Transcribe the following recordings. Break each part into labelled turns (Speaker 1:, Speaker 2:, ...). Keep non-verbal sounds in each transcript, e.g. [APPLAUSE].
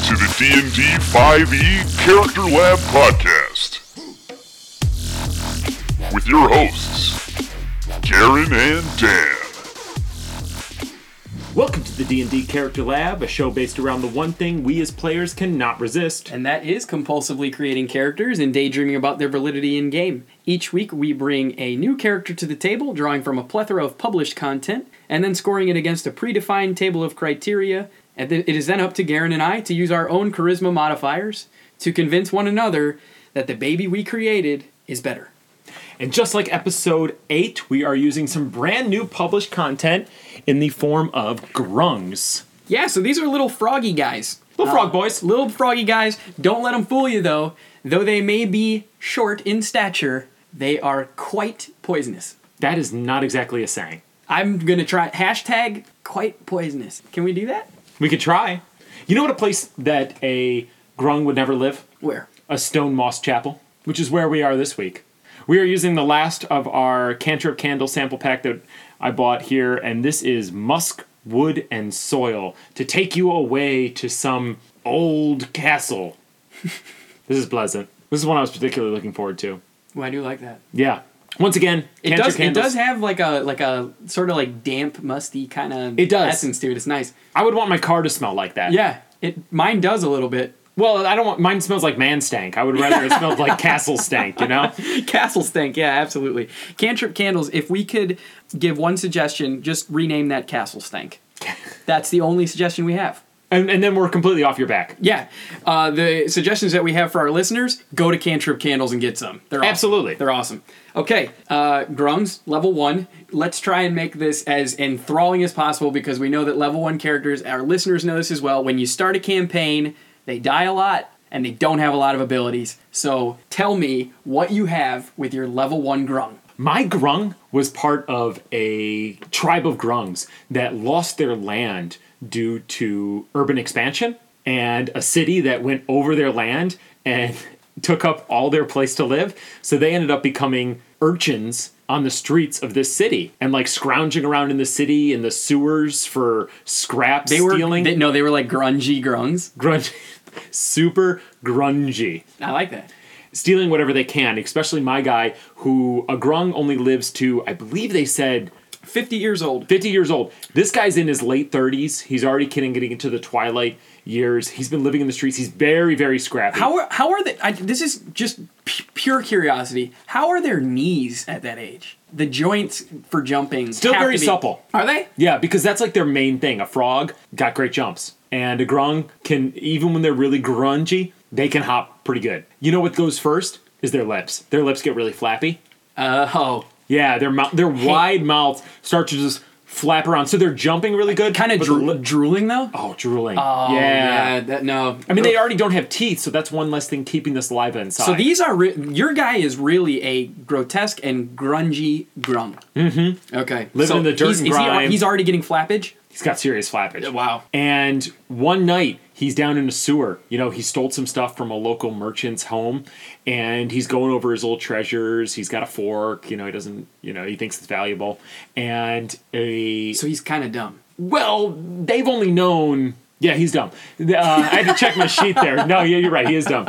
Speaker 1: D&D 5e E Character Lab Podcast with your hosts, Karen and Dan.
Speaker 2: Welcome to the D&D Character Lab, a show based around the one thing we as players cannot resist.
Speaker 3: And that is compulsively creating characters and daydreaming about their validity in game. Each week, we bring a new character to the table, drawing from a plethora of published content, and then scoring it against a predefined table of criteria. And then it is then up to Garen and I to use our own charisma modifiers to convince one another that the baby we created is better.
Speaker 2: And just like episode 8, we are using some brand new published content in the form of grungs.
Speaker 3: Yeah, so these are little froggy guys. Uh,
Speaker 2: Little frog boys.
Speaker 3: Little froggy guys, don't let them fool you though. Though they may be short in stature, they are quite poisonous.
Speaker 2: That is not exactly a saying.
Speaker 3: I'm gonna try hashtag quite poisonous. Can we do that?
Speaker 2: We could try. You know what a place that a grung would never live?
Speaker 3: Where?
Speaker 2: a stone moss chapel, which is where we are this week. We are using the last of our cantrip candle sample pack that I bought here, and this is musk, wood, and soil to take you away to some old
Speaker 3: [LAUGHS]
Speaker 2: castle. this is pleasant. This is one I was particularly looking forward to.
Speaker 3: Well, I do like that.
Speaker 2: Yeah. Once again,
Speaker 3: It does. It does have like a like a sort of like damp, musty kind of
Speaker 2: It does.
Speaker 3: essence to it. It's nice.
Speaker 2: I would want my car to smell like that.
Speaker 3: Yeah. It mine does a little bit. [LAUGHS]
Speaker 2: Well, I don't want mine smells like man stank. I would rather it smelled like castle stank. You know.
Speaker 3: Castle stank. Yeah, absolutely. Cantrip candles. If we could give one suggestion, just rename that castle [LAUGHS] stank. That's the only suggestion we have.
Speaker 2: And, and then we're completely off your back.
Speaker 3: Yeah. Uh, the suggestions that we have for our listeners go to Cantrip Candles and get some. They're awesome.
Speaker 2: Absolutely.
Speaker 3: They're awesome. Okay. Uh, Grungs, level one. Let's try and make this as enthralling as possible because we know that level one characters, our listeners know this as well. When you start a campaign, they die a lot and they don't have a lot of abilities. So tell me what you have with your level one Grung.
Speaker 2: My grung was part of a tribe of grungs that lost their land due to urban expansion and a city that went over their land and [LAUGHS] took up all their place to live. So they ended up becoming urchins on the streets of this city and like scrounging around in the city in the sewers for scraps,
Speaker 3: They were
Speaker 2: stealing.
Speaker 3: They, no, they were like grungy Grungs.
Speaker 2: grungy, [LAUGHS] super grungy
Speaker 3: I like that.
Speaker 2: stealing whatever they can, especially my guy who a grung only lives to I believe they said
Speaker 3: 50 years old.
Speaker 2: 50 years old. This guy's in his late 30s. He's already kidding getting into the twilight years. He's been living in the streets. He's very very scrappy.
Speaker 3: How are how are they? I, this is just p- pure curiosity. How are their knees at that age? The joints for jumping
Speaker 2: Still
Speaker 3: have to
Speaker 2: very
Speaker 3: be-
Speaker 2: supple.
Speaker 3: Are they?
Speaker 2: Yeah, because that's like their main thing. A frog got great jumps, and a grung can even when they're really grungy, they can hop pretty good. You know what goes first is their lips. Their lips get really flappy.
Speaker 3: Uh, oh,
Speaker 2: Yeah, their mouth, their wide mouths start to just flap around. So they're jumping really good.
Speaker 3: kind of
Speaker 2: but the
Speaker 3: drool
Speaker 2: lip-
Speaker 3: drooling though.
Speaker 2: Oh, drooling.
Speaker 3: Oh,
Speaker 2: yeah.
Speaker 3: that, no.
Speaker 2: I mean, they already don't have teeth, so that's one less thing keeping the saliva inside.
Speaker 3: So these are re- your guy is really a grotesque and grungy grung. Mm-hmm. Okay,
Speaker 2: Living
Speaker 3: so
Speaker 2: in the dirt
Speaker 3: he's,
Speaker 2: and
Speaker 3: is he al-
Speaker 2: grime.
Speaker 3: he's already getting flappage.
Speaker 2: He's got serious flappage.
Speaker 3: Wow.
Speaker 2: And one night, he's down in a sewer. You know, he stole some stuff from a local merchant's home, and he's going over his old treasures. He's got a fork. You know, he doesn't, you know, he thinks it's valuable. And a.
Speaker 3: So he's kind of dumb.
Speaker 2: Well, they've only known. Yeah, he's dumb. Uh, I had to check my sheet there. No, yeah, you're right. He is dumb.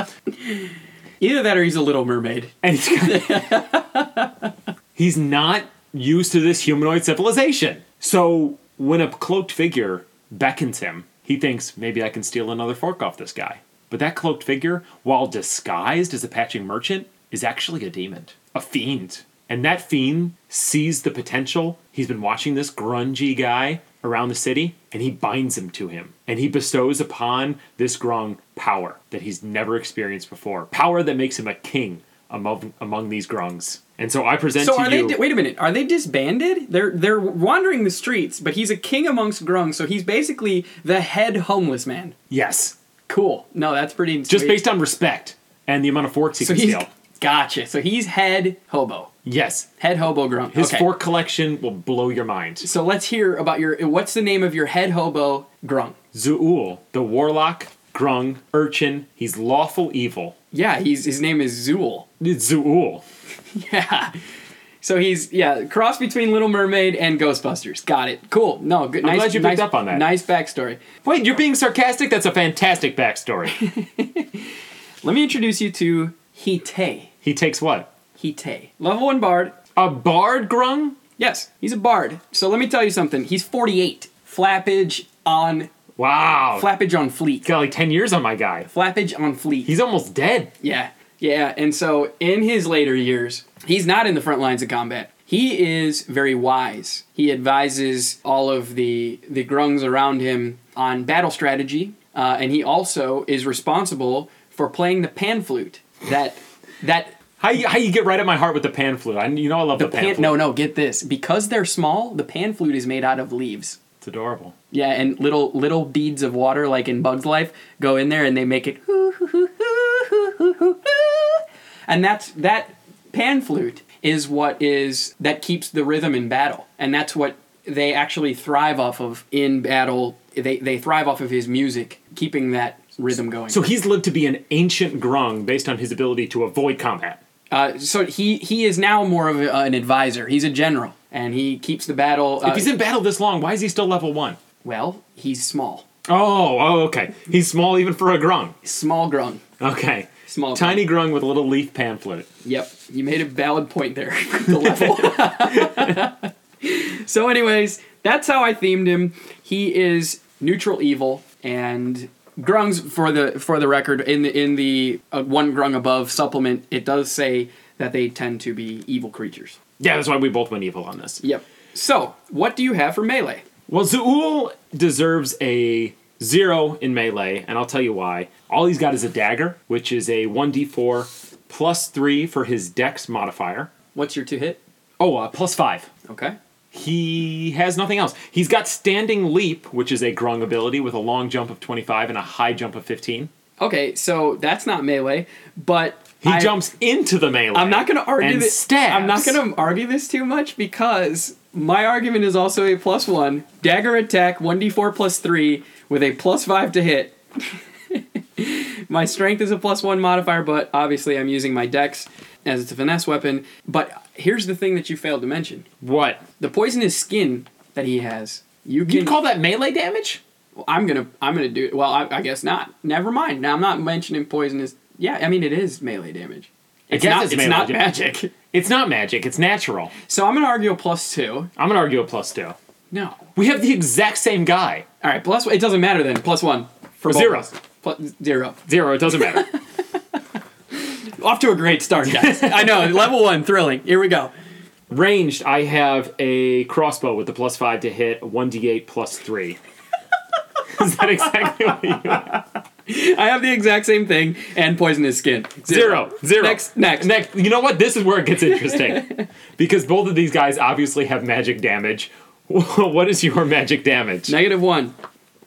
Speaker 3: Either that or he's a Little Mermaid.
Speaker 2: and he's, got- he's not used to this humanoid civilization. So when a cloaked figure beckons him, he thinks maybe I can steal another fork off this guy. But that cloaked figure, while disguised as a patching merchant, is actually a demon, a fiend. And that fiend sees the potential. He's been watching this grungy guy around the city, and he binds him to him. And he bestows upon this grung power that he's never experienced before power that makes him a king among, among these grungs. And so I present
Speaker 3: So
Speaker 2: to
Speaker 3: are
Speaker 2: you.
Speaker 3: they? Wait a minute. Are they disbanded? They're they're wandering the streets, but he's a king amongst grungs, so he's basically the head homeless man.
Speaker 2: yes,
Speaker 3: Cool. No, that's pretty.
Speaker 2: just based on respect and the amount of forks he
Speaker 3: So
Speaker 2: can
Speaker 3: he's
Speaker 2: steal.
Speaker 3: gotcha. So he's head hobo,
Speaker 2: Yes,
Speaker 3: head hobo grung.
Speaker 2: his
Speaker 3: okay.
Speaker 2: fork collection will blow your mind.
Speaker 3: So let's hear about your. What's the name of your head hobo grung?
Speaker 2: Zuul, the warlock, grung, urchin. He's lawful evil.
Speaker 3: Yeah, he's his name is Zool.
Speaker 2: It's Zuul.
Speaker 3: [LAUGHS] Yeah. So he's yeah, cross between Little Mermaid and Ghostbusters. Got it. Cool. No, good.
Speaker 2: I'm
Speaker 3: nice,
Speaker 2: glad you
Speaker 3: nice-
Speaker 2: picked up on that.
Speaker 3: Nice backstory.
Speaker 2: Wait, you're being sarcastic? That's a fantastic
Speaker 3: [LAUGHS]
Speaker 2: backstory.
Speaker 3: Let me introduce you to Hite.
Speaker 2: he takes what?
Speaker 3: Hite, level one bard.
Speaker 2: A bard grung?
Speaker 3: Yes, he's a bard. So let me tell you something. He's 48. Flappage on
Speaker 2: Wow.
Speaker 3: flappage on fleek.
Speaker 2: Got like 10 years on my guy.
Speaker 3: Flappage on fleek.
Speaker 2: He's almost dead.
Speaker 3: Yeah, yeah. And so in his later years, he's not in the front lines of combat. He is very wise. He advises all of the the grungs around him on battle strategy, uh, and he also is responsible for playing the pan flute. That that
Speaker 2: How you, how you get right at my heart with the pan flute? I, you know I love the, pan,
Speaker 3: pan,
Speaker 2: flute.
Speaker 3: no no get this because they're small. The pan flute is made out of leaves.
Speaker 2: It's adorable.
Speaker 3: Yeah, and little little beads of water, like in Bug's Life, go in there and they make it. hoo, hoo, hoo, hoo, hoo, hoo, hoo, hoo. And that's that pan flute is what is that keeps the rhythm in battle, and that's what they actually thrive off of in battle. They they thrive off of his music, keeping that rhythm going.
Speaker 2: So he's lived to be an ancient grung based on his ability to avoid combat.
Speaker 3: uh, so he he is now more of a, an advisor. He's a general, and he keeps the battle. Uh,
Speaker 2: If he's in battle this long, why is he still level one?
Speaker 3: well, he's small,
Speaker 2: Oh, oh, okay. He's small even for a grung.
Speaker 3: small grung.
Speaker 2: Okay.
Speaker 3: Small
Speaker 2: Tiny grung with a little leaf pan flute.
Speaker 3: Yep, you made a valid point there. [LAUGHS] the level. [LAUGHS] so, anyways, that's how I themed him. He is neutral evil and grungs for the for the record in the in the uh, one grung above supplement. It does say that they tend to be evil creatures.
Speaker 2: Yeah, that's why we both went evil on this.
Speaker 3: Yep. So, what do you have for melee?
Speaker 2: Well, Zul deserves a zero in melee, and I'll tell you why. All he's got is a dagger, which is a 1d4 plus three for his dex modifier.
Speaker 3: What's your two hit?
Speaker 2: Oh, uh, plus five.
Speaker 3: Okay.
Speaker 2: He has nothing else. He's got standing leap, which is a grung ability with a long jump of 25 and a high jump of 15.
Speaker 3: Okay, so that's not melee, but
Speaker 2: He
Speaker 3: I-
Speaker 2: jumps into the melee.
Speaker 3: I'm not going to argue
Speaker 2: and
Speaker 3: this.
Speaker 2: stabs.
Speaker 3: I'm not going to argue this too much because my argument is also a plus one dagger attack, one d4 plus three with a plus five to hit. [LAUGHS] my strength is a plus one modifier, but obviously I'm using my dex as it's a finesse weapon. But here's the thing that you failed to mention:
Speaker 2: What?
Speaker 3: the poisonous skin that he has. You can.
Speaker 2: You call that melee damage?
Speaker 3: I'm gonna. I'm gonna do. Well, I, I guess not. Never mind. Now I'm not mentioning poisonous. Yeah, I mean it is melee damage.
Speaker 2: I
Speaker 3: It's
Speaker 2: guess
Speaker 3: not.
Speaker 2: it's
Speaker 3: It's,
Speaker 2: melee
Speaker 3: not
Speaker 2: damage.
Speaker 3: magic.
Speaker 2: It's not magic, it's natural.
Speaker 3: So I'm gonna argue a plus two.
Speaker 2: I'm going to argue a plus two.
Speaker 3: No.
Speaker 2: We have the exact same guy.
Speaker 3: All right, plus it doesn't matter then. Plus one for both.
Speaker 2: Zero.
Speaker 3: Plus zero.
Speaker 2: Zero, it doesn't [LAUGHS] matter.
Speaker 3: Off to a great start, guys.
Speaker 2: [LAUGHS]
Speaker 3: I know. Level one, thrilling. Here we go.
Speaker 2: Ranged, I have a crossbow with the plus five to hit, one d8 plus three. [LAUGHS] Is that exactly what you
Speaker 3: I have the exact same thing and poisonous skin.
Speaker 2: Zero. Zero.
Speaker 3: Next, next.
Speaker 2: Next. You know what? This is where it gets [LAUGHS] interesting. because both of these guys obviously have magic damage. [LAUGHS] what is your magic damage?
Speaker 3: Negative one.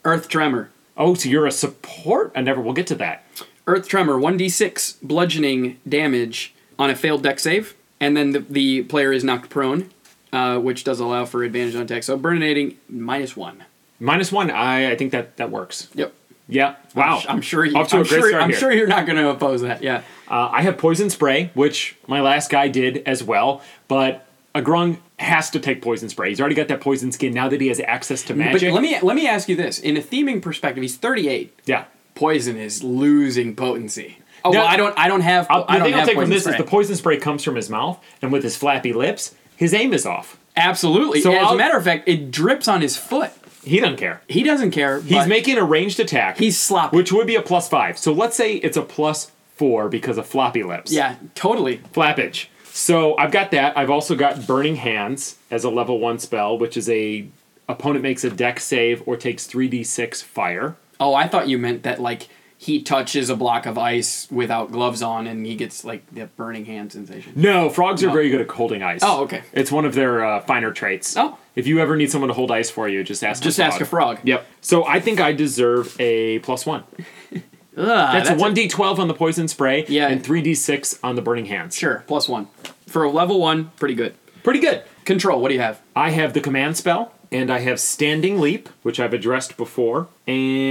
Speaker 3: Earth tremor.
Speaker 2: Oh, so you're a support? I never will get to that.
Speaker 3: Earth tremor. One d six bludgeoning damage on a failed deck save, and then the, the player is knocked prone, uh, which does allow for advantage on attack. So burninating minus one.
Speaker 2: Minus one, I, I think that, that works.
Speaker 3: Yep.
Speaker 2: Yeah. Wow.
Speaker 3: I'm sure. You,
Speaker 2: Off to
Speaker 3: I'm
Speaker 2: a great
Speaker 3: sure,
Speaker 2: start
Speaker 3: I'm
Speaker 2: here.
Speaker 3: sure you're not going to oppose that. Yeah.
Speaker 2: Uh, I have poison spray, which my last guy did as well, but a grung has to take poison spray. He's already got that poison skin now that he has access to magic.
Speaker 3: But let me let me ask you this: in a theming perspective, he's 38.
Speaker 2: yeah.
Speaker 3: Poison is losing potency. Oh
Speaker 2: No,
Speaker 3: well, I don't I don't have
Speaker 2: I'll, the
Speaker 3: I don't
Speaker 2: thing
Speaker 3: have
Speaker 2: I'll take
Speaker 3: poison
Speaker 2: from this
Speaker 3: spray.
Speaker 2: is the poison spray comes from his mouth, and with his flappy lips, his aim is off.
Speaker 3: absolutely.
Speaker 2: So
Speaker 3: as
Speaker 2: I'll-
Speaker 3: a matter of fact, it drips on his foot.
Speaker 2: He doesn't care.
Speaker 3: He doesn't care.
Speaker 2: He's making a ranged attack.
Speaker 3: He's sloppy.
Speaker 2: Which would be a plus five. So let's say it's a plus four because of floppy lips.
Speaker 3: yeah totally.
Speaker 2: Flappage. So I've got that. I've also got Burning Hands as a level one spell, which is a opponent makes a deck save or takes 3d6 fire.
Speaker 3: Oh, I thought you meant that like he touches a block of ice without gloves on and he gets like the burning hand sensation.
Speaker 2: No, frogs are very good at holding ice.
Speaker 3: Oh, okay.
Speaker 2: It's one of their uh, finer traits.
Speaker 3: Oh.
Speaker 2: If you ever need someone to hold ice for you, just ask
Speaker 3: Just
Speaker 2: a frog.
Speaker 3: ask a frog.
Speaker 2: Yep. So I think I deserve a plus one.
Speaker 3: Ugh,
Speaker 2: That's, a 1d12 on the poison spray
Speaker 3: Yeah.
Speaker 2: and 3d6 on the burning hands.
Speaker 3: sure plus one for a level one. Pretty good.
Speaker 2: Pretty good.
Speaker 3: Control. What do you have?
Speaker 2: I have the command spell, and I have standing leap, which I've addressed before,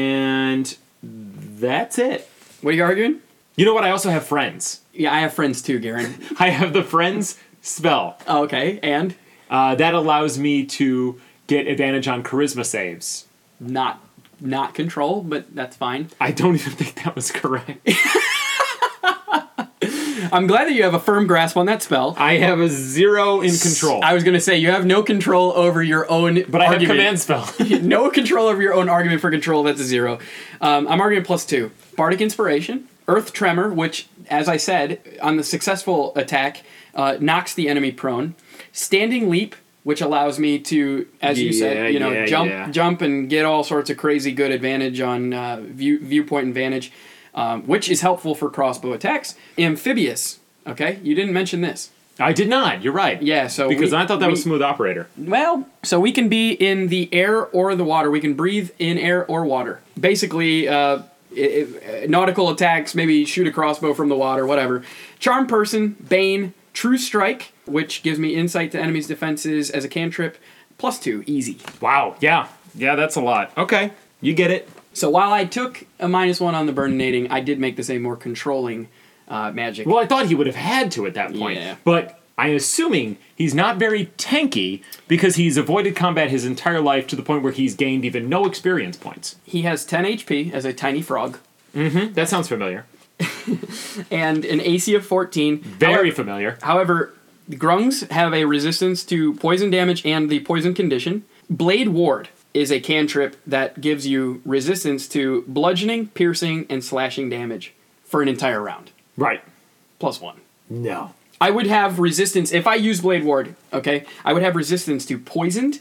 Speaker 2: and that's it.
Speaker 3: What are you arguing?
Speaker 2: You know what? I also have friends. [LAUGHS]
Speaker 3: Yeah, I have friends too, Garen.
Speaker 2: I have the friends spell.
Speaker 3: Okay, and
Speaker 2: Uh, that allows me to get advantage on charisma saves.
Speaker 3: not not control, but that's fine.
Speaker 2: I don't [LAUGHS] even think that was correct.
Speaker 3: I'm glad that you have a firm grasp on that spell.
Speaker 2: I have a zero in control,
Speaker 3: I was gonna say you have no control over your own.
Speaker 2: but I have
Speaker 3: argument.
Speaker 2: command spell. [LAUGHS]
Speaker 3: [LAUGHS] no control over your own argument for control. That's a zero. Um, I'm arguing plus two. Bardic Inspiration, Earth Tremor, which, as I said, on the successful attack, uh, knocks the enemy prone. Standing Leap, which allows me to, as you
Speaker 2: Yeah,
Speaker 3: said, you know,
Speaker 2: yeah,
Speaker 3: jump,
Speaker 2: yeah.
Speaker 3: jump, and get all sorts of crazy good advantage on uh, view viewpoint advantage, um, which is helpful for crossbow attacks. Amphibious. Okay, you didn't mention this.
Speaker 2: I did not. You're right.
Speaker 3: Yeah, so
Speaker 2: because
Speaker 3: we-
Speaker 2: I thought that was
Speaker 3: we-
Speaker 2: smooth operator.
Speaker 3: well, so we can be in the air or the water. We can breathe in air or water. Basically, uh, i i nautical attacks, maybe shoot a crossbow from the water, whatever. Charm person, bane, true strike, which gives me insight to enemies' defenses as a cantrip, plus two, easy.
Speaker 2: Wow. Yeah. Yeah, that's a lot. Okay. You get it.
Speaker 3: So while I took a minus one on the burninating, I did make this a more controlling uh, magic.
Speaker 2: Well, I thought he would have had to at that point.
Speaker 3: Yeah.
Speaker 2: But I'm assuming he's not very tanky because he's avoided combat his entire life to the point where he's gained even no experience points.
Speaker 3: He has 10 HP as a tiny frog
Speaker 2: That sounds familiar.
Speaker 3: and an AC of 14.
Speaker 2: Very familiar.
Speaker 3: However, the Grungs have a resistance to poison damage and the poison condition. Blade Ward is a cantrip that gives you resistance to bludgeoning, piercing, and slashing damage for an entire round.
Speaker 2: Right.
Speaker 3: Plus one.
Speaker 2: No.
Speaker 3: I would have resistance if I use Blade Ward, okay? I would have resistance to poisoned,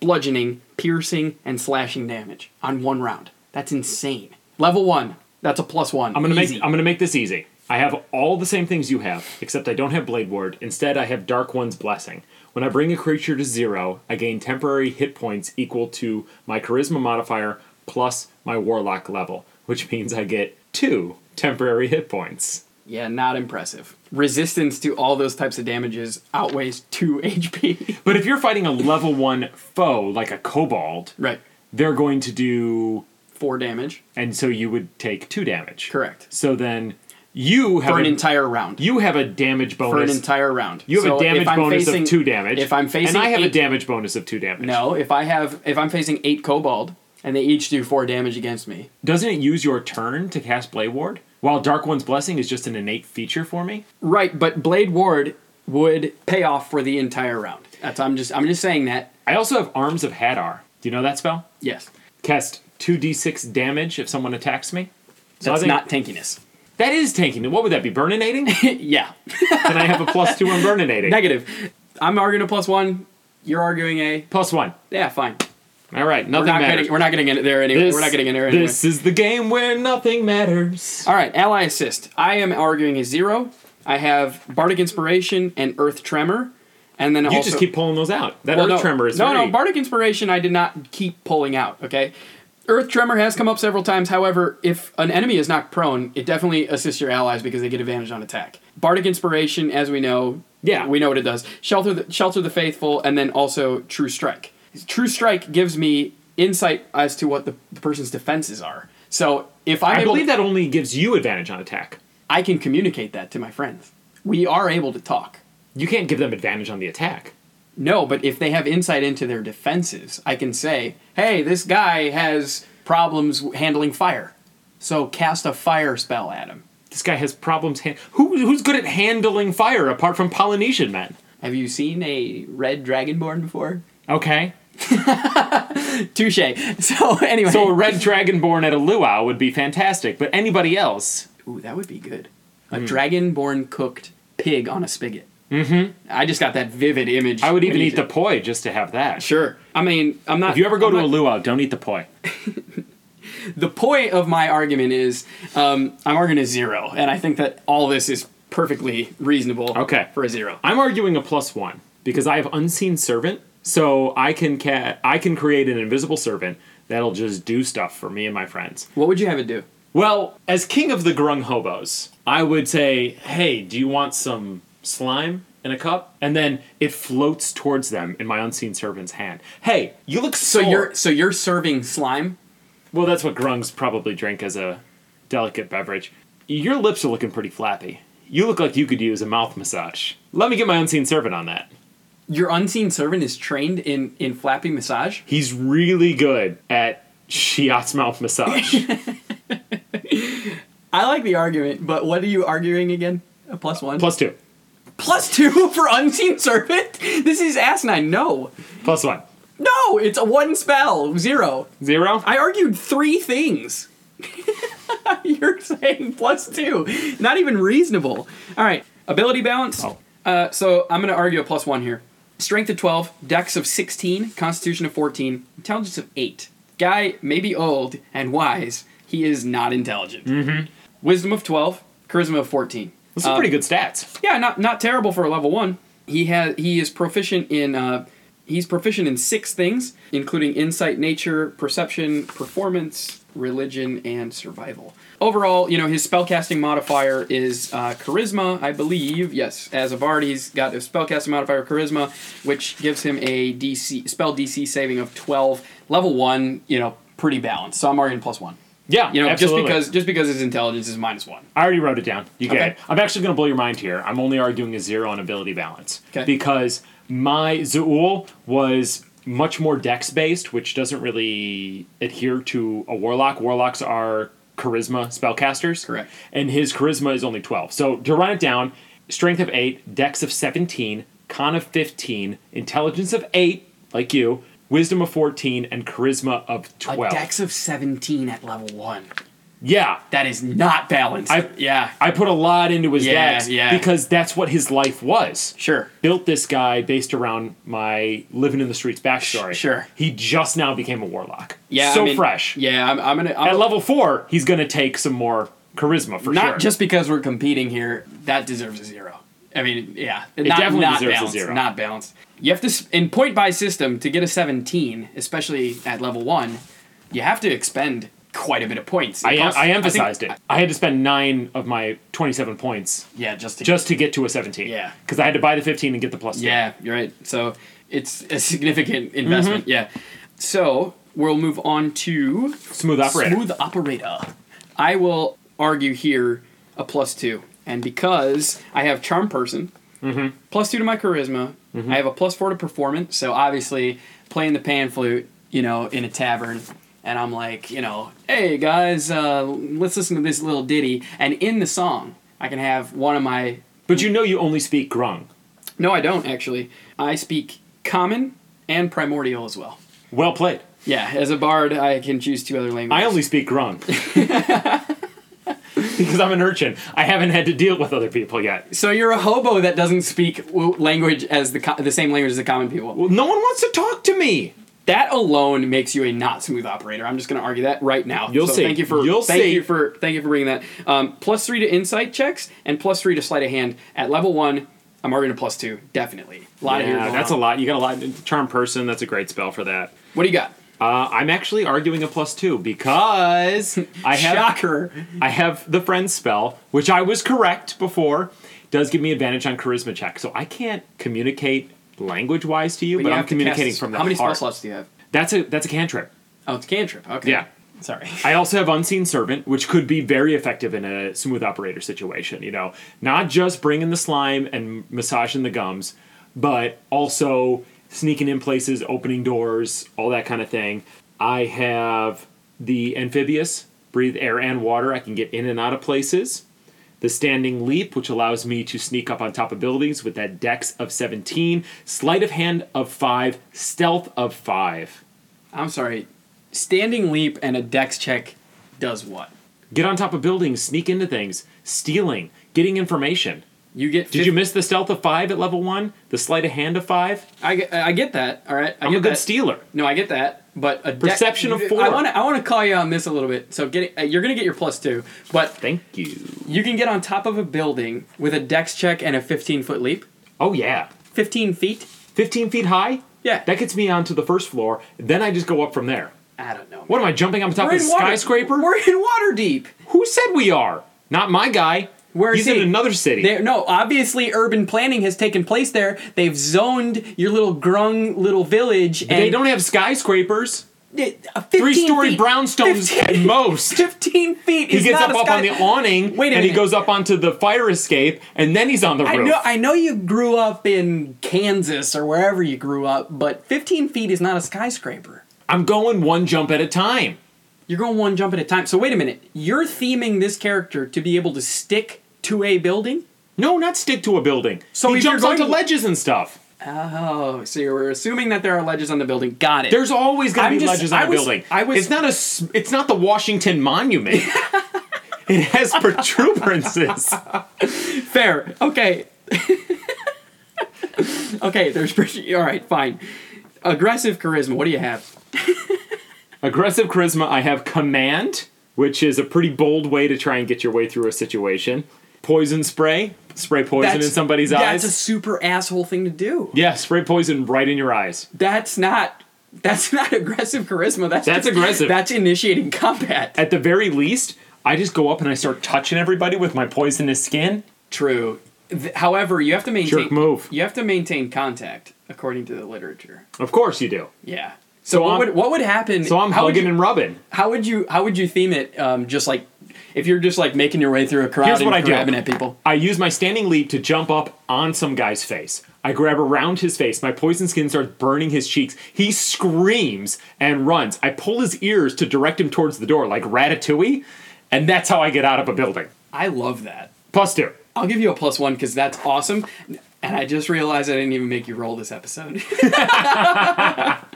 Speaker 3: bludgeoning, piercing, and slashing damage on one round. That's insane. Level one. That's a plus one.
Speaker 2: I'm gonna
Speaker 3: Easy.
Speaker 2: make I'm gonna make this easy. I have all the same things you have, except I don't have Blade Ward. Instead, I have Dark One's Blessing. When I bring a creature to zero, I gain temporary hit points equal to my Charisma modifier plus my Warlock level, which means I get two temporary hit points.
Speaker 3: Yeah, not impressive. Resistance to all those types of damages outweighs [LAUGHS] 2 HP.
Speaker 2: But if you're fighting a level one foe like a Kobold,
Speaker 3: right.
Speaker 2: they're going to do,
Speaker 3: 4 damage.
Speaker 2: and so you would take two damage.
Speaker 3: Correct.
Speaker 2: So then you have
Speaker 3: For an
Speaker 2: a-
Speaker 3: entire round.
Speaker 2: you have a damage
Speaker 3: for an
Speaker 2: bonus
Speaker 3: entire round.
Speaker 2: You have
Speaker 3: So
Speaker 2: a damage
Speaker 3: if I'm
Speaker 2: bonus
Speaker 3: facing-
Speaker 2: of two damage.
Speaker 3: If I'm facing
Speaker 2: and I have a
Speaker 3: eight,
Speaker 2: damage bonus of two damage.
Speaker 3: No, if I have if I'm facing 8 kobold and they each do 4 damage against me.
Speaker 2: doesn't it use your turn to cast Blade Ward? While Dark One's Blessing is just an innate feature for me.
Speaker 3: Right, but Blade Ward would pay off for the entire round. That's I'm just I'm just saying that.
Speaker 2: I also have Arms of Hadar. Do you know that spell?
Speaker 3: Yes.
Speaker 2: Cast two d6 damage if someone attacks me. So I
Speaker 3: That's
Speaker 2: think-
Speaker 3: not tankiness. [LAUGHS]
Speaker 2: That is tanking. What would that be? Burninating?
Speaker 3: yeah. [LAUGHS]
Speaker 2: Can I have a plus two on burninating?
Speaker 3: Negative. I'm arguing a plus 1, you're arguing a
Speaker 2: Plus one.
Speaker 3: Yeah, fine.
Speaker 2: All right, nothing
Speaker 3: We're not,
Speaker 2: matters.
Speaker 3: getting, we're not getting in there anyway. we're not getting in there anyway.
Speaker 2: This is the game where nothing matters.
Speaker 3: All right, ally assist. I am arguing a zero. I have bardic inspiration and earth tremor, and then
Speaker 2: You
Speaker 3: also,
Speaker 2: just keep pulling those out. That
Speaker 3: Well,
Speaker 2: Earth
Speaker 3: no,
Speaker 2: Tremor is
Speaker 3: no,
Speaker 2: very-
Speaker 3: no. Bardic inspiration. I did not keep pulling out. Okay, earth tremor has come up several times. However, if an enemy is knocked prone, it definitely assists your allies because they get advantage on attack. Bardic inspiration, as we know,
Speaker 2: Yeah.
Speaker 3: we know what it does. Shelter the shelter the faithful, and then also true strike. True strike gives me insight as to what the, the person's defenses are. So if I'm
Speaker 2: I
Speaker 3: able to-
Speaker 2: believe that only gives you advantage on attack.
Speaker 3: I can communicate that to my friends. We are able to talk.
Speaker 2: You can't give them advantage on the attack.
Speaker 3: No, but if they have insight into their defenses, I can say, hey, this guy has problems w- handling fire. So cast a fire spell at him.
Speaker 2: This guy has problems. Han- Who, who's good at handling fire apart from Polynesian men?
Speaker 3: Have you seen a red dragonborn before?
Speaker 2: Okay.
Speaker 3: Touche. [LAUGHS] So, anyway.
Speaker 2: So a
Speaker 3: [LAUGHS]
Speaker 2: red dragonborn at a luau would be fantastic, but anybody else?
Speaker 3: Ooh, that would be good.
Speaker 2: Hmm.
Speaker 3: A dragonborn cooked pig on a spigot. Mm-hmm. I just got that vivid image.
Speaker 2: I would even
Speaker 3: when you
Speaker 2: eat the
Speaker 3: did-
Speaker 2: poi just to have that.
Speaker 3: Sure. I mean, I'm not.
Speaker 2: If you ever go
Speaker 3: I'm
Speaker 2: to
Speaker 3: not-
Speaker 2: a luau, don't eat the poi.
Speaker 3: the point of my argument is um, I'm arguing a zero, and I think that all this is perfectly reasonable.
Speaker 2: Okay.
Speaker 3: for a zero.
Speaker 2: I'm arguing a plus one because I have unseen servant, so I can ca- I can create an invisible servant that'll just do stuff for me and my friends.
Speaker 3: What would you have it do?
Speaker 2: Well, as king of the grung hobos, I would say, "Hey, do you want some slime in a cup?" And then it floats towards them in my unseen servant's hand. Hey, you look
Speaker 3: So
Speaker 2: sore.
Speaker 3: you're so you're serving slime.
Speaker 2: well. That's what grungs probably drink as a delicate beverage. Your lips are looking pretty flappy. You look like you could use a mouth massage. Let me get my unseen servant on that.
Speaker 3: Your unseen servant is trained in in flappy massage.
Speaker 2: He's really good at shiatsu mouth
Speaker 3: [LAUGHS]
Speaker 2: massage.
Speaker 3: I like the argument, but what are you arguing again? A plus one.
Speaker 2: Plus two.
Speaker 3: plus two [LAUGHS] for unseen servant. This is asinine. No,
Speaker 2: Plus one.
Speaker 3: no, it's a one spell zero.
Speaker 2: Zero?
Speaker 3: I argued three things. [LAUGHS] You're saying plus two. Not even reasonable. All right. Ability balance.
Speaker 2: Oh.
Speaker 3: Uh, so I'm going to argue a plus one here. Strength of 12, dex of 16, constitution of 14, intelligence of 8. Guy may be old and wise. He is not intelligent. Mm-hmm. Wisdom of 12, charisma of 14.
Speaker 2: Those are
Speaker 3: Uh,
Speaker 2: pretty good stats.
Speaker 3: Yeah, not not terrible for a level one. He has he is proficient in uh, he's proficient in six things, including insight, nature, perception, performance, religion, and survival. Overall, you know his spellcasting modifier is uh, charisma, I believe. Yes, as of already, he's got a spellcasting modifier of charisma, which gives him a DC spell DC saving of twelve. Level one, you know, pretty balanced. So I'm arguing plus one.
Speaker 2: Yeah,
Speaker 3: You know,
Speaker 2: absolutely.
Speaker 3: just because just because his intelligence is minus one.
Speaker 2: I already wrote it down. You get
Speaker 3: Okay.
Speaker 2: it. I'm actually going to blow your mind here. I'm only arguing a zero on ability balance.
Speaker 3: Okay.
Speaker 2: Because my Zul was much more dex based, which doesn't really adhere to a warlock. Warlocks are charisma spellcasters.
Speaker 3: Correct.
Speaker 2: And his charisma is only 12. So to run it down, strength of 8, dex of 17, con of 15, intelligence of 8, like you, wisdom of 14, and charisma of 12.
Speaker 3: A dex of 17 at level one.
Speaker 2: yeah.
Speaker 3: That is not balanced.
Speaker 2: I-
Speaker 3: yeah.
Speaker 2: I put a lot into his
Speaker 3: Yeah,
Speaker 2: decks
Speaker 3: yeah.
Speaker 2: because that's what his life was.
Speaker 3: Sure.
Speaker 2: Built this guy based around my living in the streets backstory.
Speaker 3: Sh- sure.
Speaker 2: He just now became a warlock.
Speaker 3: Yeah. I
Speaker 2: So
Speaker 3: mean,
Speaker 2: fresh.
Speaker 3: Yeah, I'm, I'm gonna. I'm
Speaker 2: At level four, he's gonna take some more charisma for
Speaker 3: not
Speaker 2: sure.
Speaker 3: just because we're competing here. That deserves a zero. I mean, yeah, it
Speaker 2: definitely
Speaker 3: not
Speaker 2: deserves a
Speaker 3: balanced,
Speaker 2: zero.
Speaker 3: Not balanced. You have to s- in point by system to get a 17, especially at level one. You have to expend quite a bit of points. It
Speaker 2: I, em-
Speaker 3: costs-
Speaker 2: I
Speaker 3: think-
Speaker 2: emphasized it. I had to spend nine of my twenty-seven points
Speaker 3: Yeah, just to
Speaker 2: just to get to a seventeen.
Speaker 3: Yeah.
Speaker 2: Because I had to buy the fifteen and get the plus. two.
Speaker 3: Yeah, you're right. So it's a significant
Speaker 2: Mm-hmm.
Speaker 3: investment. Yeah. So we'll move on to
Speaker 2: Smooth operator.
Speaker 3: Smooth operator. I will argue here a plus two, and because I have charm person, plus two to my charisma, I have a plus four to performance. So obviously, playing the pan flute, you know, in a tavern. And I'm like, you know, hey guys, uh, let's listen to this little ditty. And in the song, I can have one of my
Speaker 2: But you know, you only speak grung.
Speaker 3: no, I don't actually. I speak common and primordial as well.
Speaker 2: Well played.
Speaker 3: Yeah, as a bard, I can choose two other languages.
Speaker 2: I only speak grung. because I'm an urchin. I haven't had to deal with other people yet.
Speaker 3: so you're a hobo that doesn't speak w- language as the co- the same language as the common people.
Speaker 2: Well, no one wants to talk to me.
Speaker 3: That alone makes you a not smooth operator. I'm just going to argue that right now.
Speaker 2: You'll
Speaker 3: so
Speaker 2: see.
Speaker 3: Thank you for
Speaker 2: You'll
Speaker 3: thank
Speaker 2: see.
Speaker 3: you for thank you for bringing that. Um, plus three to insight checks and plus three to sleight of hand at level one. I'm arguing a plus two definitely. A lot of here.
Speaker 2: Yeah,
Speaker 3: going
Speaker 2: that's
Speaker 3: on.
Speaker 2: a lot. You got a lot. Charm person, that's a great spell for that.
Speaker 3: What do you got?
Speaker 2: Uh, I'm actually arguing a plus two because I have
Speaker 3: Shocker.
Speaker 2: I have the friend spell, which I was correct before, does give me advantage on charisma check. So I can't communicate language wise to you, but,
Speaker 3: You
Speaker 2: I'm
Speaker 3: have to
Speaker 2: communicating
Speaker 3: cast-
Speaker 2: from the
Speaker 3: How many spell
Speaker 2: heart.
Speaker 3: slots do you have?
Speaker 2: That's a that's a cantrip.
Speaker 3: Oh, it's cantrip. Okay.
Speaker 2: Yeah.
Speaker 3: Sorry. [LAUGHS]
Speaker 2: I also have Unseen Servant, which could be very effective in a smooth operator situation. You know, not just bringing the slime and massaging the gums, but also sneaking in places, opening doors, all that kind of thing. I have the Amphibious, breathe air and water. I can get in and out of places. The Standing Leap, which allows me to sneak up on top of buildings with that dex of 17, sleight of hand of 5, stealth of 5.
Speaker 3: I'm sorry. Standing leap and a dex check does what?
Speaker 2: get on top of buildings, sneak into things, stealing, getting information.
Speaker 3: You get.
Speaker 2: Did you miss the stealth of five at level one? The sleight of hand of five?
Speaker 3: I get, I get that. All right. I
Speaker 2: I'm
Speaker 3: get
Speaker 2: a good
Speaker 3: that.
Speaker 2: stealer.
Speaker 3: No, I get that. But a dex-
Speaker 2: Perception of four.
Speaker 3: I want to. I want to call you on this a little bit. So getting uh, you're gonna get your plus two, but
Speaker 2: Thank you.
Speaker 3: you can get on top of a building with a dex check and a 15 foot leap,
Speaker 2: Oh, yeah.
Speaker 3: 15 feet.
Speaker 2: 15 feet high?
Speaker 3: Yeah.
Speaker 2: That gets me onto the first floor. Then I just go up from there.
Speaker 3: I don't know.
Speaker 2: What am I jumping on top of a skyscraper?
Speaker 3: We're in water deep.
Speaker 2: Who said we are? Not my guy.
Speaker 3: Where is
Speaker 2: He's in
Speaker 3: he?
Speaker 2: another city.
Speaker 3: There, no, obviously urban planning has taken place there. They've zoned your little grung little village, and
Speaker 2: they don't have skyscrapers. Three story brownstones
Speaker 3: [LAUGHS]
Speaker 2: at most.
Speaker 3: 15 feet.
Speaker 2: He gets up, up on the awning
Speaker 3: Wait a
Speaker 2: and he
Speaker 3: minute.
Speaker 2: goes up onto the fire escape and then he's on the
Speaker 3: I
Speaker 2: roof.
Speaker 3: know, I know you grew up in Kansas or wherever you grew up, but 15 feet is not a skyscraper.
Speaker 2: I'm going one jump at a time.
Speaker 3: You're going one jump at a time. So wait a minute. You're theming this character to be able to stick to a building?
Speaker 2: No, not stick to a building. So
Speaker 3: So
Speaker 2: he
Speaker 3: if you're
Speaker 2: jumps
Speaker 3: going-
Speaker 2: onto ledges and stuff.
Speaker 3: Oh, so you were assuming that there are ledges on the building. Got it.
Speaker 2: There's always going
Speaker 3: I'm
Speaker 2: to be
Speaker 3: just-
Speaker 2: ledges on
Speaker 3: I
Speaker 2: a
Speaker 3: was-
Speaker 2: building.
Speaker 3: I was-
Speaker 2: it's not a. s- It's not the Washington [LAUGHS] Monument. it has protuberances.
Speaker 3: fair. Okay. [LAUGHS] okay, there's pretty all right, fine. Aggressive charisma. What do you have?
Speaker 2: [LAUGHS] Aggressive charisma. I have command, which is a pretty bold way to try and get your way through a situation. Poison spray. Spray poison in somebody's
Speaker 3: that's a
Speaker 2: eyes.
Speaker 3: super asshole thing to do.
Speaker 2: yeah, spray poison right in your eyes.
Speaker 3: That's not that's [LAUGHS] not aggressive charisma. That's
Speaker 2: That's
Speaker 3: just-
Speaker 2: aggressive.
Speaker 3: That's initiating combat.
Speaker 2: At the very least, I just go up and I start touching everybody with my poisonous skin.
Speaker 3: True. Th- However, you have to maintain
Speaker 2: Jerk move.
Speaker 3: You have to maintain contact according to the literature.
Speaker 2: Of course you do.
Speaker 3: Yeah. So, what
Speaker 2: I'm-
Speaker 3: would what would happen?
Speaker 2: So I'm
Speaker 3: how would
Speaker 2: hugging
Speaker 3: you,
Speaker 2: and rubbing.
Speaker 3: How would you how would you theme it? Um, just like if you're just like making your way through a crowd
Speaker 2: Here's
Speaker 3: and
Speaker 2: what I do.
Speaker 3: grabbing at people.
Speaker 2: I use my standing leap to jump up on some guy's face. I grab around his face. My poison skin starts burning his cheeks. He screams and runs. I pull his ears to direct him towards the door, like Ratatouille, and that's how I get out of a building.
Speaker 3: I love that.
Speaker 2: Plus two.
Speaker 3: I'll give you a plus one because that's awesome. And I just realized I didn't even make you roll this episode. [LAUGHS]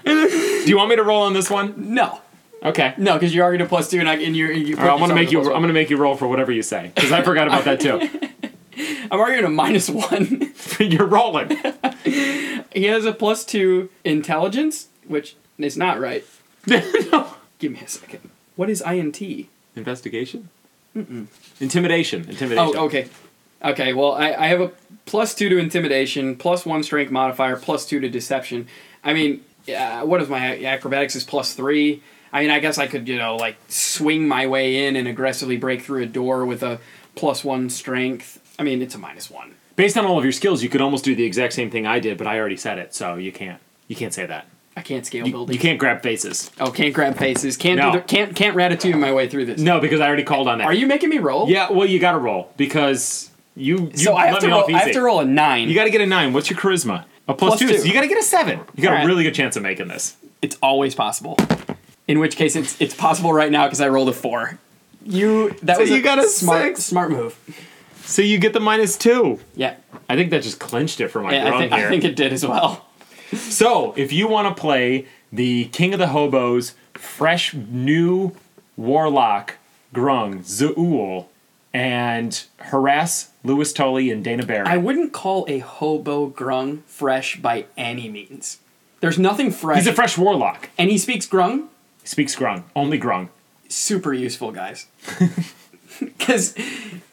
Speaker 2: Do you want me to roll on this one?
Speaker 3: no,
Speaker 2: Okay.
Speaker 3: no, because you already did a plus two, and I and you. and you
Speaker 2: All right, I'm gonna make you.
Speaker 3: i
Speaker 2: I'm gonna make you roll for whatever you say because I forgot about that too. [LAUGHS]
Speaker 3: I'm arguing a minus one. [LAUGHS]
Speaker 2: You're rolling.
Speaker 3: He has a plus two intelligence, which is not right. [LAUGHS]
Speaker 2: No.
Speaker 3: Give me a second. What is INT?
Speaker 2: Investigation. Mm-mm. Intimidation. Intimidation.
Speaker 3: Oh, okay. Okay, well, I, I have a plus two to intimidation, plus one strength modifier, plus two to deception. I mean, uh, what is my acrobatics is plus three. I mean, I guess I could, you know, like swing my way in and aggressively break through a door with a plus one strength. I mean, it's a minus one.
Speaker 2: Based on all of your skills, you could almost do the exact same thing I did, but I already said it, so you can't. You can't say that.
Speaker 3: I can't scale
Speaker 2: You,
Speaker 3: buildings.
Speaker 2: you can't grab faces.
Speaker 3: Oh, can't grab faces. Can't
Speaker 2: No.
Speaker 3: do the, can't can't ratatouille my way through this.
Speaker 2: No, because I already called on that.
Speaker 3: Are you making me roll?
Speaker 2: Yeah. Well, you got to roll because you. you
Speaker 3: so I have
Speaker 2: let
Speaker 3: to
Speaker 2: me
Speaker 3: roll.
Speaker 2: off easy.
Speaker 3: I have to roll a nine.
Speaker 2: You got to get a nine. What's your charisma? A plus,
Speaker 3: Plus
Speaker 2: plus two.
Speaker 3: two.
Speaker 2: So you got to get a seven. You got
Speaker 3: All right.
Speaker 2: a really good chance of making this.
Speaker 3: it's always possible. In which case, it's it's possible right now because I rolled a four. You that
Speaker 2: So
Speaker 3: was
Speaker 2: you got a
Speaker 3: smart
Speaker 2: six.
Speaker 3: smart move.
Speaker 2: So you get the minus two.
Speaker 3: Yeah,
Speaker 2: I think that just clinched it for my
Speaker 3: Yeah, I
Speaker 2: drum
Speaker 3: think
Speaker 2: here.
Speaker 3: I think it did as well.
Speaker 2: So, if you want to play the King of the Hobos, fresh new warlock Grung Zuul, and harass Lewis Tully and Dana Barry,
Speaker 3: I wouldn't call a hobo grung fresh by any means. There's nothing fresh,
Speaker 2: he's a fresh warlock.
Speaker 3: and he speaks grung.
Speaker 2: Speaks Grung, only Grung.
Speaker 3: Super useful, guys. [LAUGHS] Because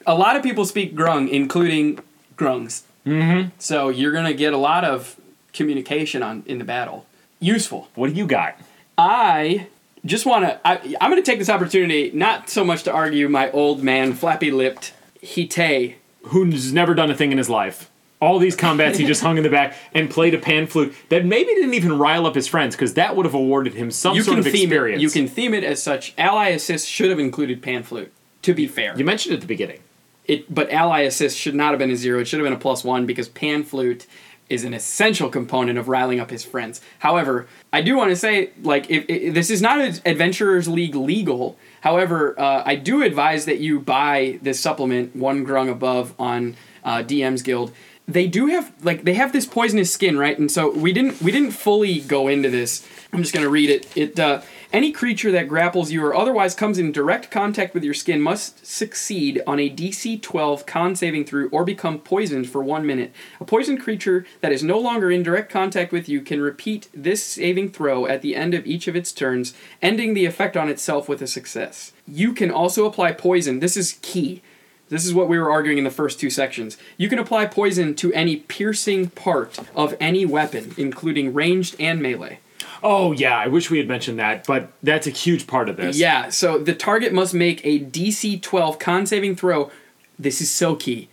Speaker 3: a lot of people speak grung, including grungs. Mm-hmm. So you're gonna get a lot of communication on in the battle. Useful.
Speaker 2: What do you got?
Speaker 3: I just want to. I'm going to take this opportunity not so much to argue my old man, flappy lipped Hite.
Speaker 2: Who's never done a thing in his life? All these combats, he just hung in the back and played a pan flute that maybe didn't even rile up his friends because that would have awarded him some
Speaker 3: You
Speaker 2: sort
Speaker 3: can
Speaker 2: of
Speaker 3: theme
Speaker 2: experience.
Speaker 3: it. You can theme it as such. Ally assist should have included pan flute. To be fair,
Speaker 2: You mentioned at the beginning.
Speaker 3: it but ally assist should not have been a zero. It should have been a plus one because pan flute is an essential component of riling up his friends. However, I do want to say like if, if this is not an adventurers league legal. However, uh, I do advise that you buy this supplement one grung above on uh, DM's Guild. They do have like they have this poisonous skin, right? And so we didn't we didn't fully go into this. I'm just gonna read it. It uh, any creature that grapples you or otherwise comes in direct contact with your skin must succeed on a DC 12 con saving throw or become poisoned for one minute. A poisoned creature that is no longer in direct contact with you can repeat this saving throw at the end of each of its turns, ending the effect on itself with a success. You can also apply poison. This is key. This is what we were arguing in the first two sections. You can apply poison to any piercing part of any weapon, including ranged and melee.
Speaker 2: Oh, yeah, I wish we had mentioned that, but that's a huge part of this.
Speaker 3: Yeah, so the target must make a DC 12 con saving throw. This is so key.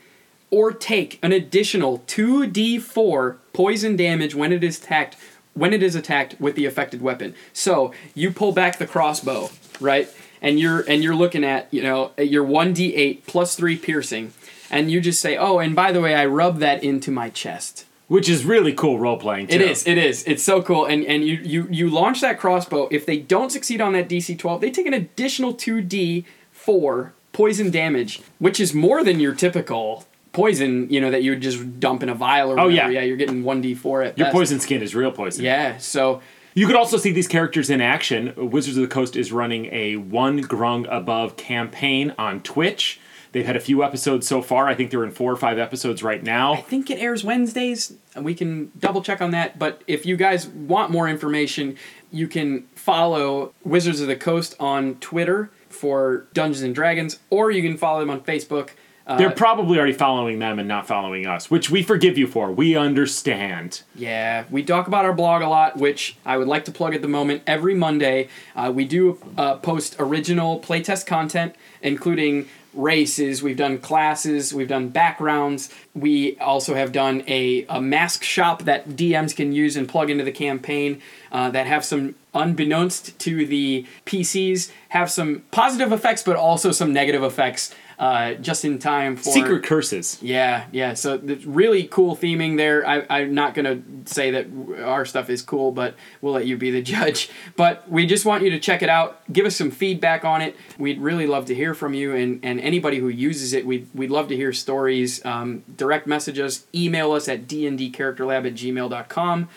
Speaker 3: Or take an additional 2d4 poison damage when it is attacked when it is attacked with the affected weapon. So you pull back the crossbow, right? And you're and you're looking at you know your one d eight plus three piercing, and you just say, oh, and by the way, I rub that into my chest.
Speaker 2: Which is really cool role playing.
Speaker 3: It is. It is. It's so cool. And and you you you launch that crossbow. If they don't succeed on that DC twelve, they take an additional two D four poison damage, which is more than your typical poison. You know that you would just dump in a vial or
Speaker 2: Oh,
Speaker 3: whatever.
Speaker 2: yeah.
Speaker 3: yeah. You're getting one D four at
Speaker 2: Your
Speaker 3: best.
Speaker 2: poison skin is real poison.
Speaker 3: Yeah. So
Speaker 2: You could also see these characters in action. Wizards of the Coast is running a One Grung Above campaign on Twitch. They've had a few episodes so far. I think they're in four or five episodes right
Speaker 3: I
Speaker 2: now.
Speaker 3: think it airs Wednesdays. We can double check on that. But if you guys want more information, you can follow Wizards of the Coast on Twitter for Dungeons and Dragons, or you can follow them on Facebook. Uh,
Speaker 2: They're probably already following them and not following us, which we forgive you for. We understand.
Speaker 3: Yeah, we talk about our blog a lot, which I would like to plug at the moment. Every Monday, uh, we do uh, post original playtest content, including races. We've done classes, we've done backgrounds. We also have done a, a mask shop that DMs can use and plug into the campaign uh, that have some, unbeknownst to the PCs, have some positive effects, but also some negative effects. Uh, just in time for
Speaker 2: Secret curses.
Speaker 3: yeah, yeah. So the really cool theming there. I, I'm not gonna say that our stuff is cool, but we'll let you be the [LAUGHS] judge. But we just want you to check it out. Give us some feedback on it. We'd really love to hear from you and, and anybody who uses it. We'd, we'd love to hear stories. Um, direct message us. Email us at dndcharacterlab at gmail.com.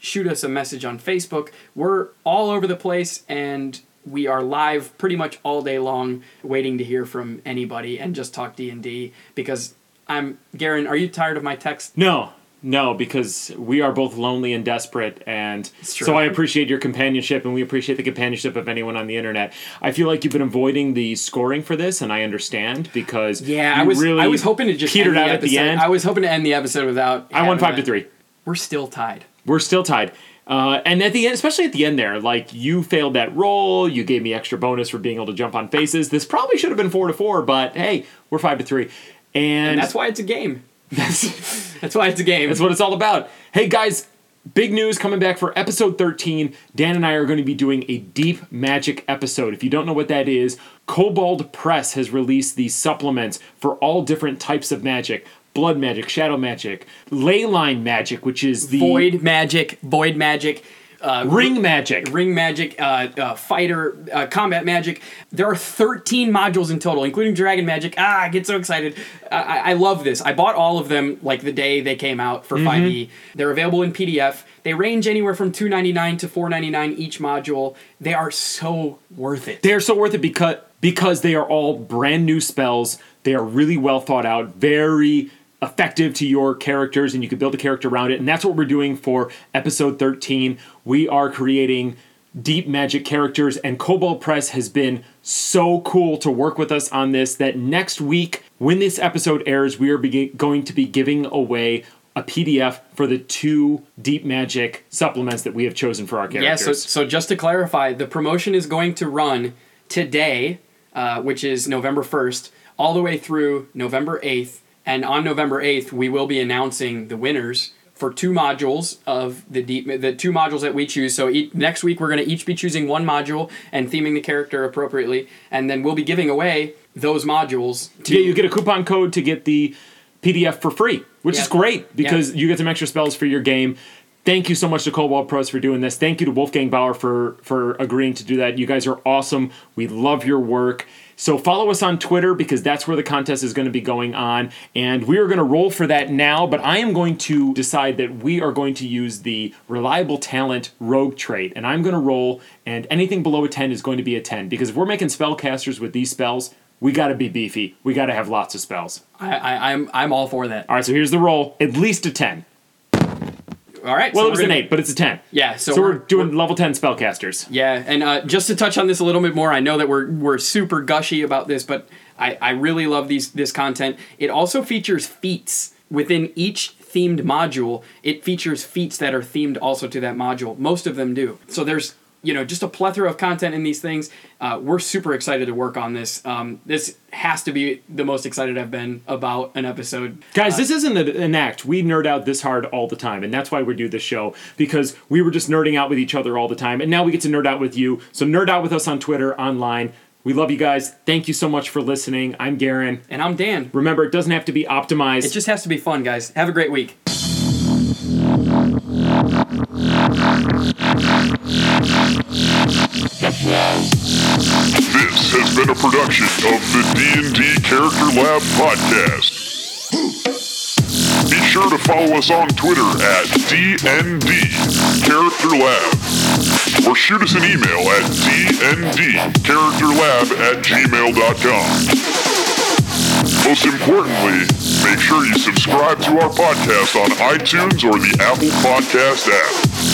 Speaker 3: Shoot us a message on Facebook. We're all over the place and we are live pretty much all day long waiting to hear from anybody and just talk D&D because I'm Garen. Are you tired of my text?
Speaker 2: No, no, because we are both lonely and desperate, and
Speaker 3: true.
Speaker 2: so I appreciate your companionship, and we appreciate the companionship of anyone on the internet. I feel like you've been avoiding the scoring for this, and I understand because
Speaker 3: Yeah, I
Speaker 2: you
Speaker 3: was.
Speaker 2: really
Speaker 3: I was hoping to just
Speaker 2: petered
Speaker 3: end
Speaker 2: out at the
Speaker 3: episode.
Speaker 2: end.
Speaker 3: I was hoping to end the episode without.
Speaker 2: I won
Speaker 3: having
Speaker 2: five to
Speaker 3: that.
Speaker 2: three.
Speaker 3: We're still tied.
Speaker 2: We're still tied. Uh, and at the end, especially at the end there, like you failed that roll, you gave me extra bonus for being able to jump on faces. This probably should have been four to four, but hey, we're five to three, and,
Speaker 3: And that's why it's a game.
Speaker 2: [LAUGHS] that's
Speaker 3: That's why it's a game.
Speaker 2: That's what it's all about. Hey guys, big news coming back for episode 13. Dan and I are going to be doing a deep magic episode. If you don't know what that is, Kobold Press has released these supplements for all different types of magic. Blood magic, shadow magic, ley line magic, which is the
Speaker 3: void magic. Void magic. Uh,
Speaker 2: ring magic.
Speaker 3: ring magic, uh, uh, fighter, uh, combat magic. There are 13 modules in total, including dragon magic. Ah, I get so excited. I, I I love this. I bought all of them like the day they came out for 5e. They're available in PDF. They range anywhere from 2.99 to 4.99 each module. They are so worth it.
Speaker 2: They're so worth it because because they are all brand new spells. They are really well thought out, very effective to your characters, and you can build a character around it. And that's what we're doing for episode 13. We are creating deep magic characters, and Cobalt Press has been so cool to work with us on this that next week, when this episode airs, we are begin- going to be giving away a PDF for the two deep magic supplements that we have chosen for our
Speaker 3: Yeah,
Speaker 2: characters.
Speaker 3: so, so just to clarify, the promotion is going to run today, uh, which is November 1st, all the way through November 8th. And on November 8th, we will be announcing the winners for two modules of the deep, the two modules that we choose. So each, next week, we're going to each be choosing one module and theming the character appropriately. And then we'll be giving away those modules to
Speaker 2: Yeah, you get a coupon code to get the PDF for free, which
Speaker 3: Yeah.
Speaker 2: is great because you get some extra spells for your game. Thank you so much to Cobalt Pros for doing this. Thank you to Wolfgang Bauer for for agreeing to do that. You guys are awesome. We love your work. So follow us on Twitter because that's where the contest is going to be going on. And we are going to roll for that now, but I am going to decide that we are going to use the reliable talent rogue trait. And I'm going to roll, and anything below a 10 is going to be a 10 because if we're making spellcasters with these spells, we got to be beefy. We got to have lots of spells.
Speaker 3: I, I, I'm, I'm all for that.
Speaker 2: All right, so here's the roll. At least a 10.
Speaker 3: All right.
Speaker 2: Well,
Speaker 3: so
Speaker 2: it was
Speaker 3: we're
Speaker 2: an
Speaker 3: gonna-
Speaker 2: 8, but it's a 10.
Speaker 3: Yeah. So,
Speaker 2: So we're doing level 10 spellcasters.
Speaker 3: Yeah, and uh, just to touch on this a little bit more, I know that we're we're super gushy about this, but I, I really love these this content. It also features feats within each themed module. It features feats that are themed also to that module. Most of them do. So there's you know, just a plethora of content in these things. Uh, we're super excited to work on this. Um, this has to be the most excited I've been about an episode.
Speaker 2: Guys, this isn't a- an act. We nerd out this hard all the time, and that's why we do this show because we were just nerding out with each other all the time, and now we get to nerd out with you. So nerd out with us on Twitter, online. We love you guys. Thank you so much for listening. I'm Garen.
Speaker 3: And I'm Dan.
Speaker 2: Remember, it doesn't have to be optimized.
Speaker 3: It just has to be fun, guys. Have a great week.
Speaker 1: This has been a production of the D&D Character Lab podcast. Be sure to follow us on Twitter at DND Character Lab or shoot us an email at dndcharacterlab at gmail.com. Most importantly, make sure you subscribe to our podcast on iTunes or the Apple Podcast app.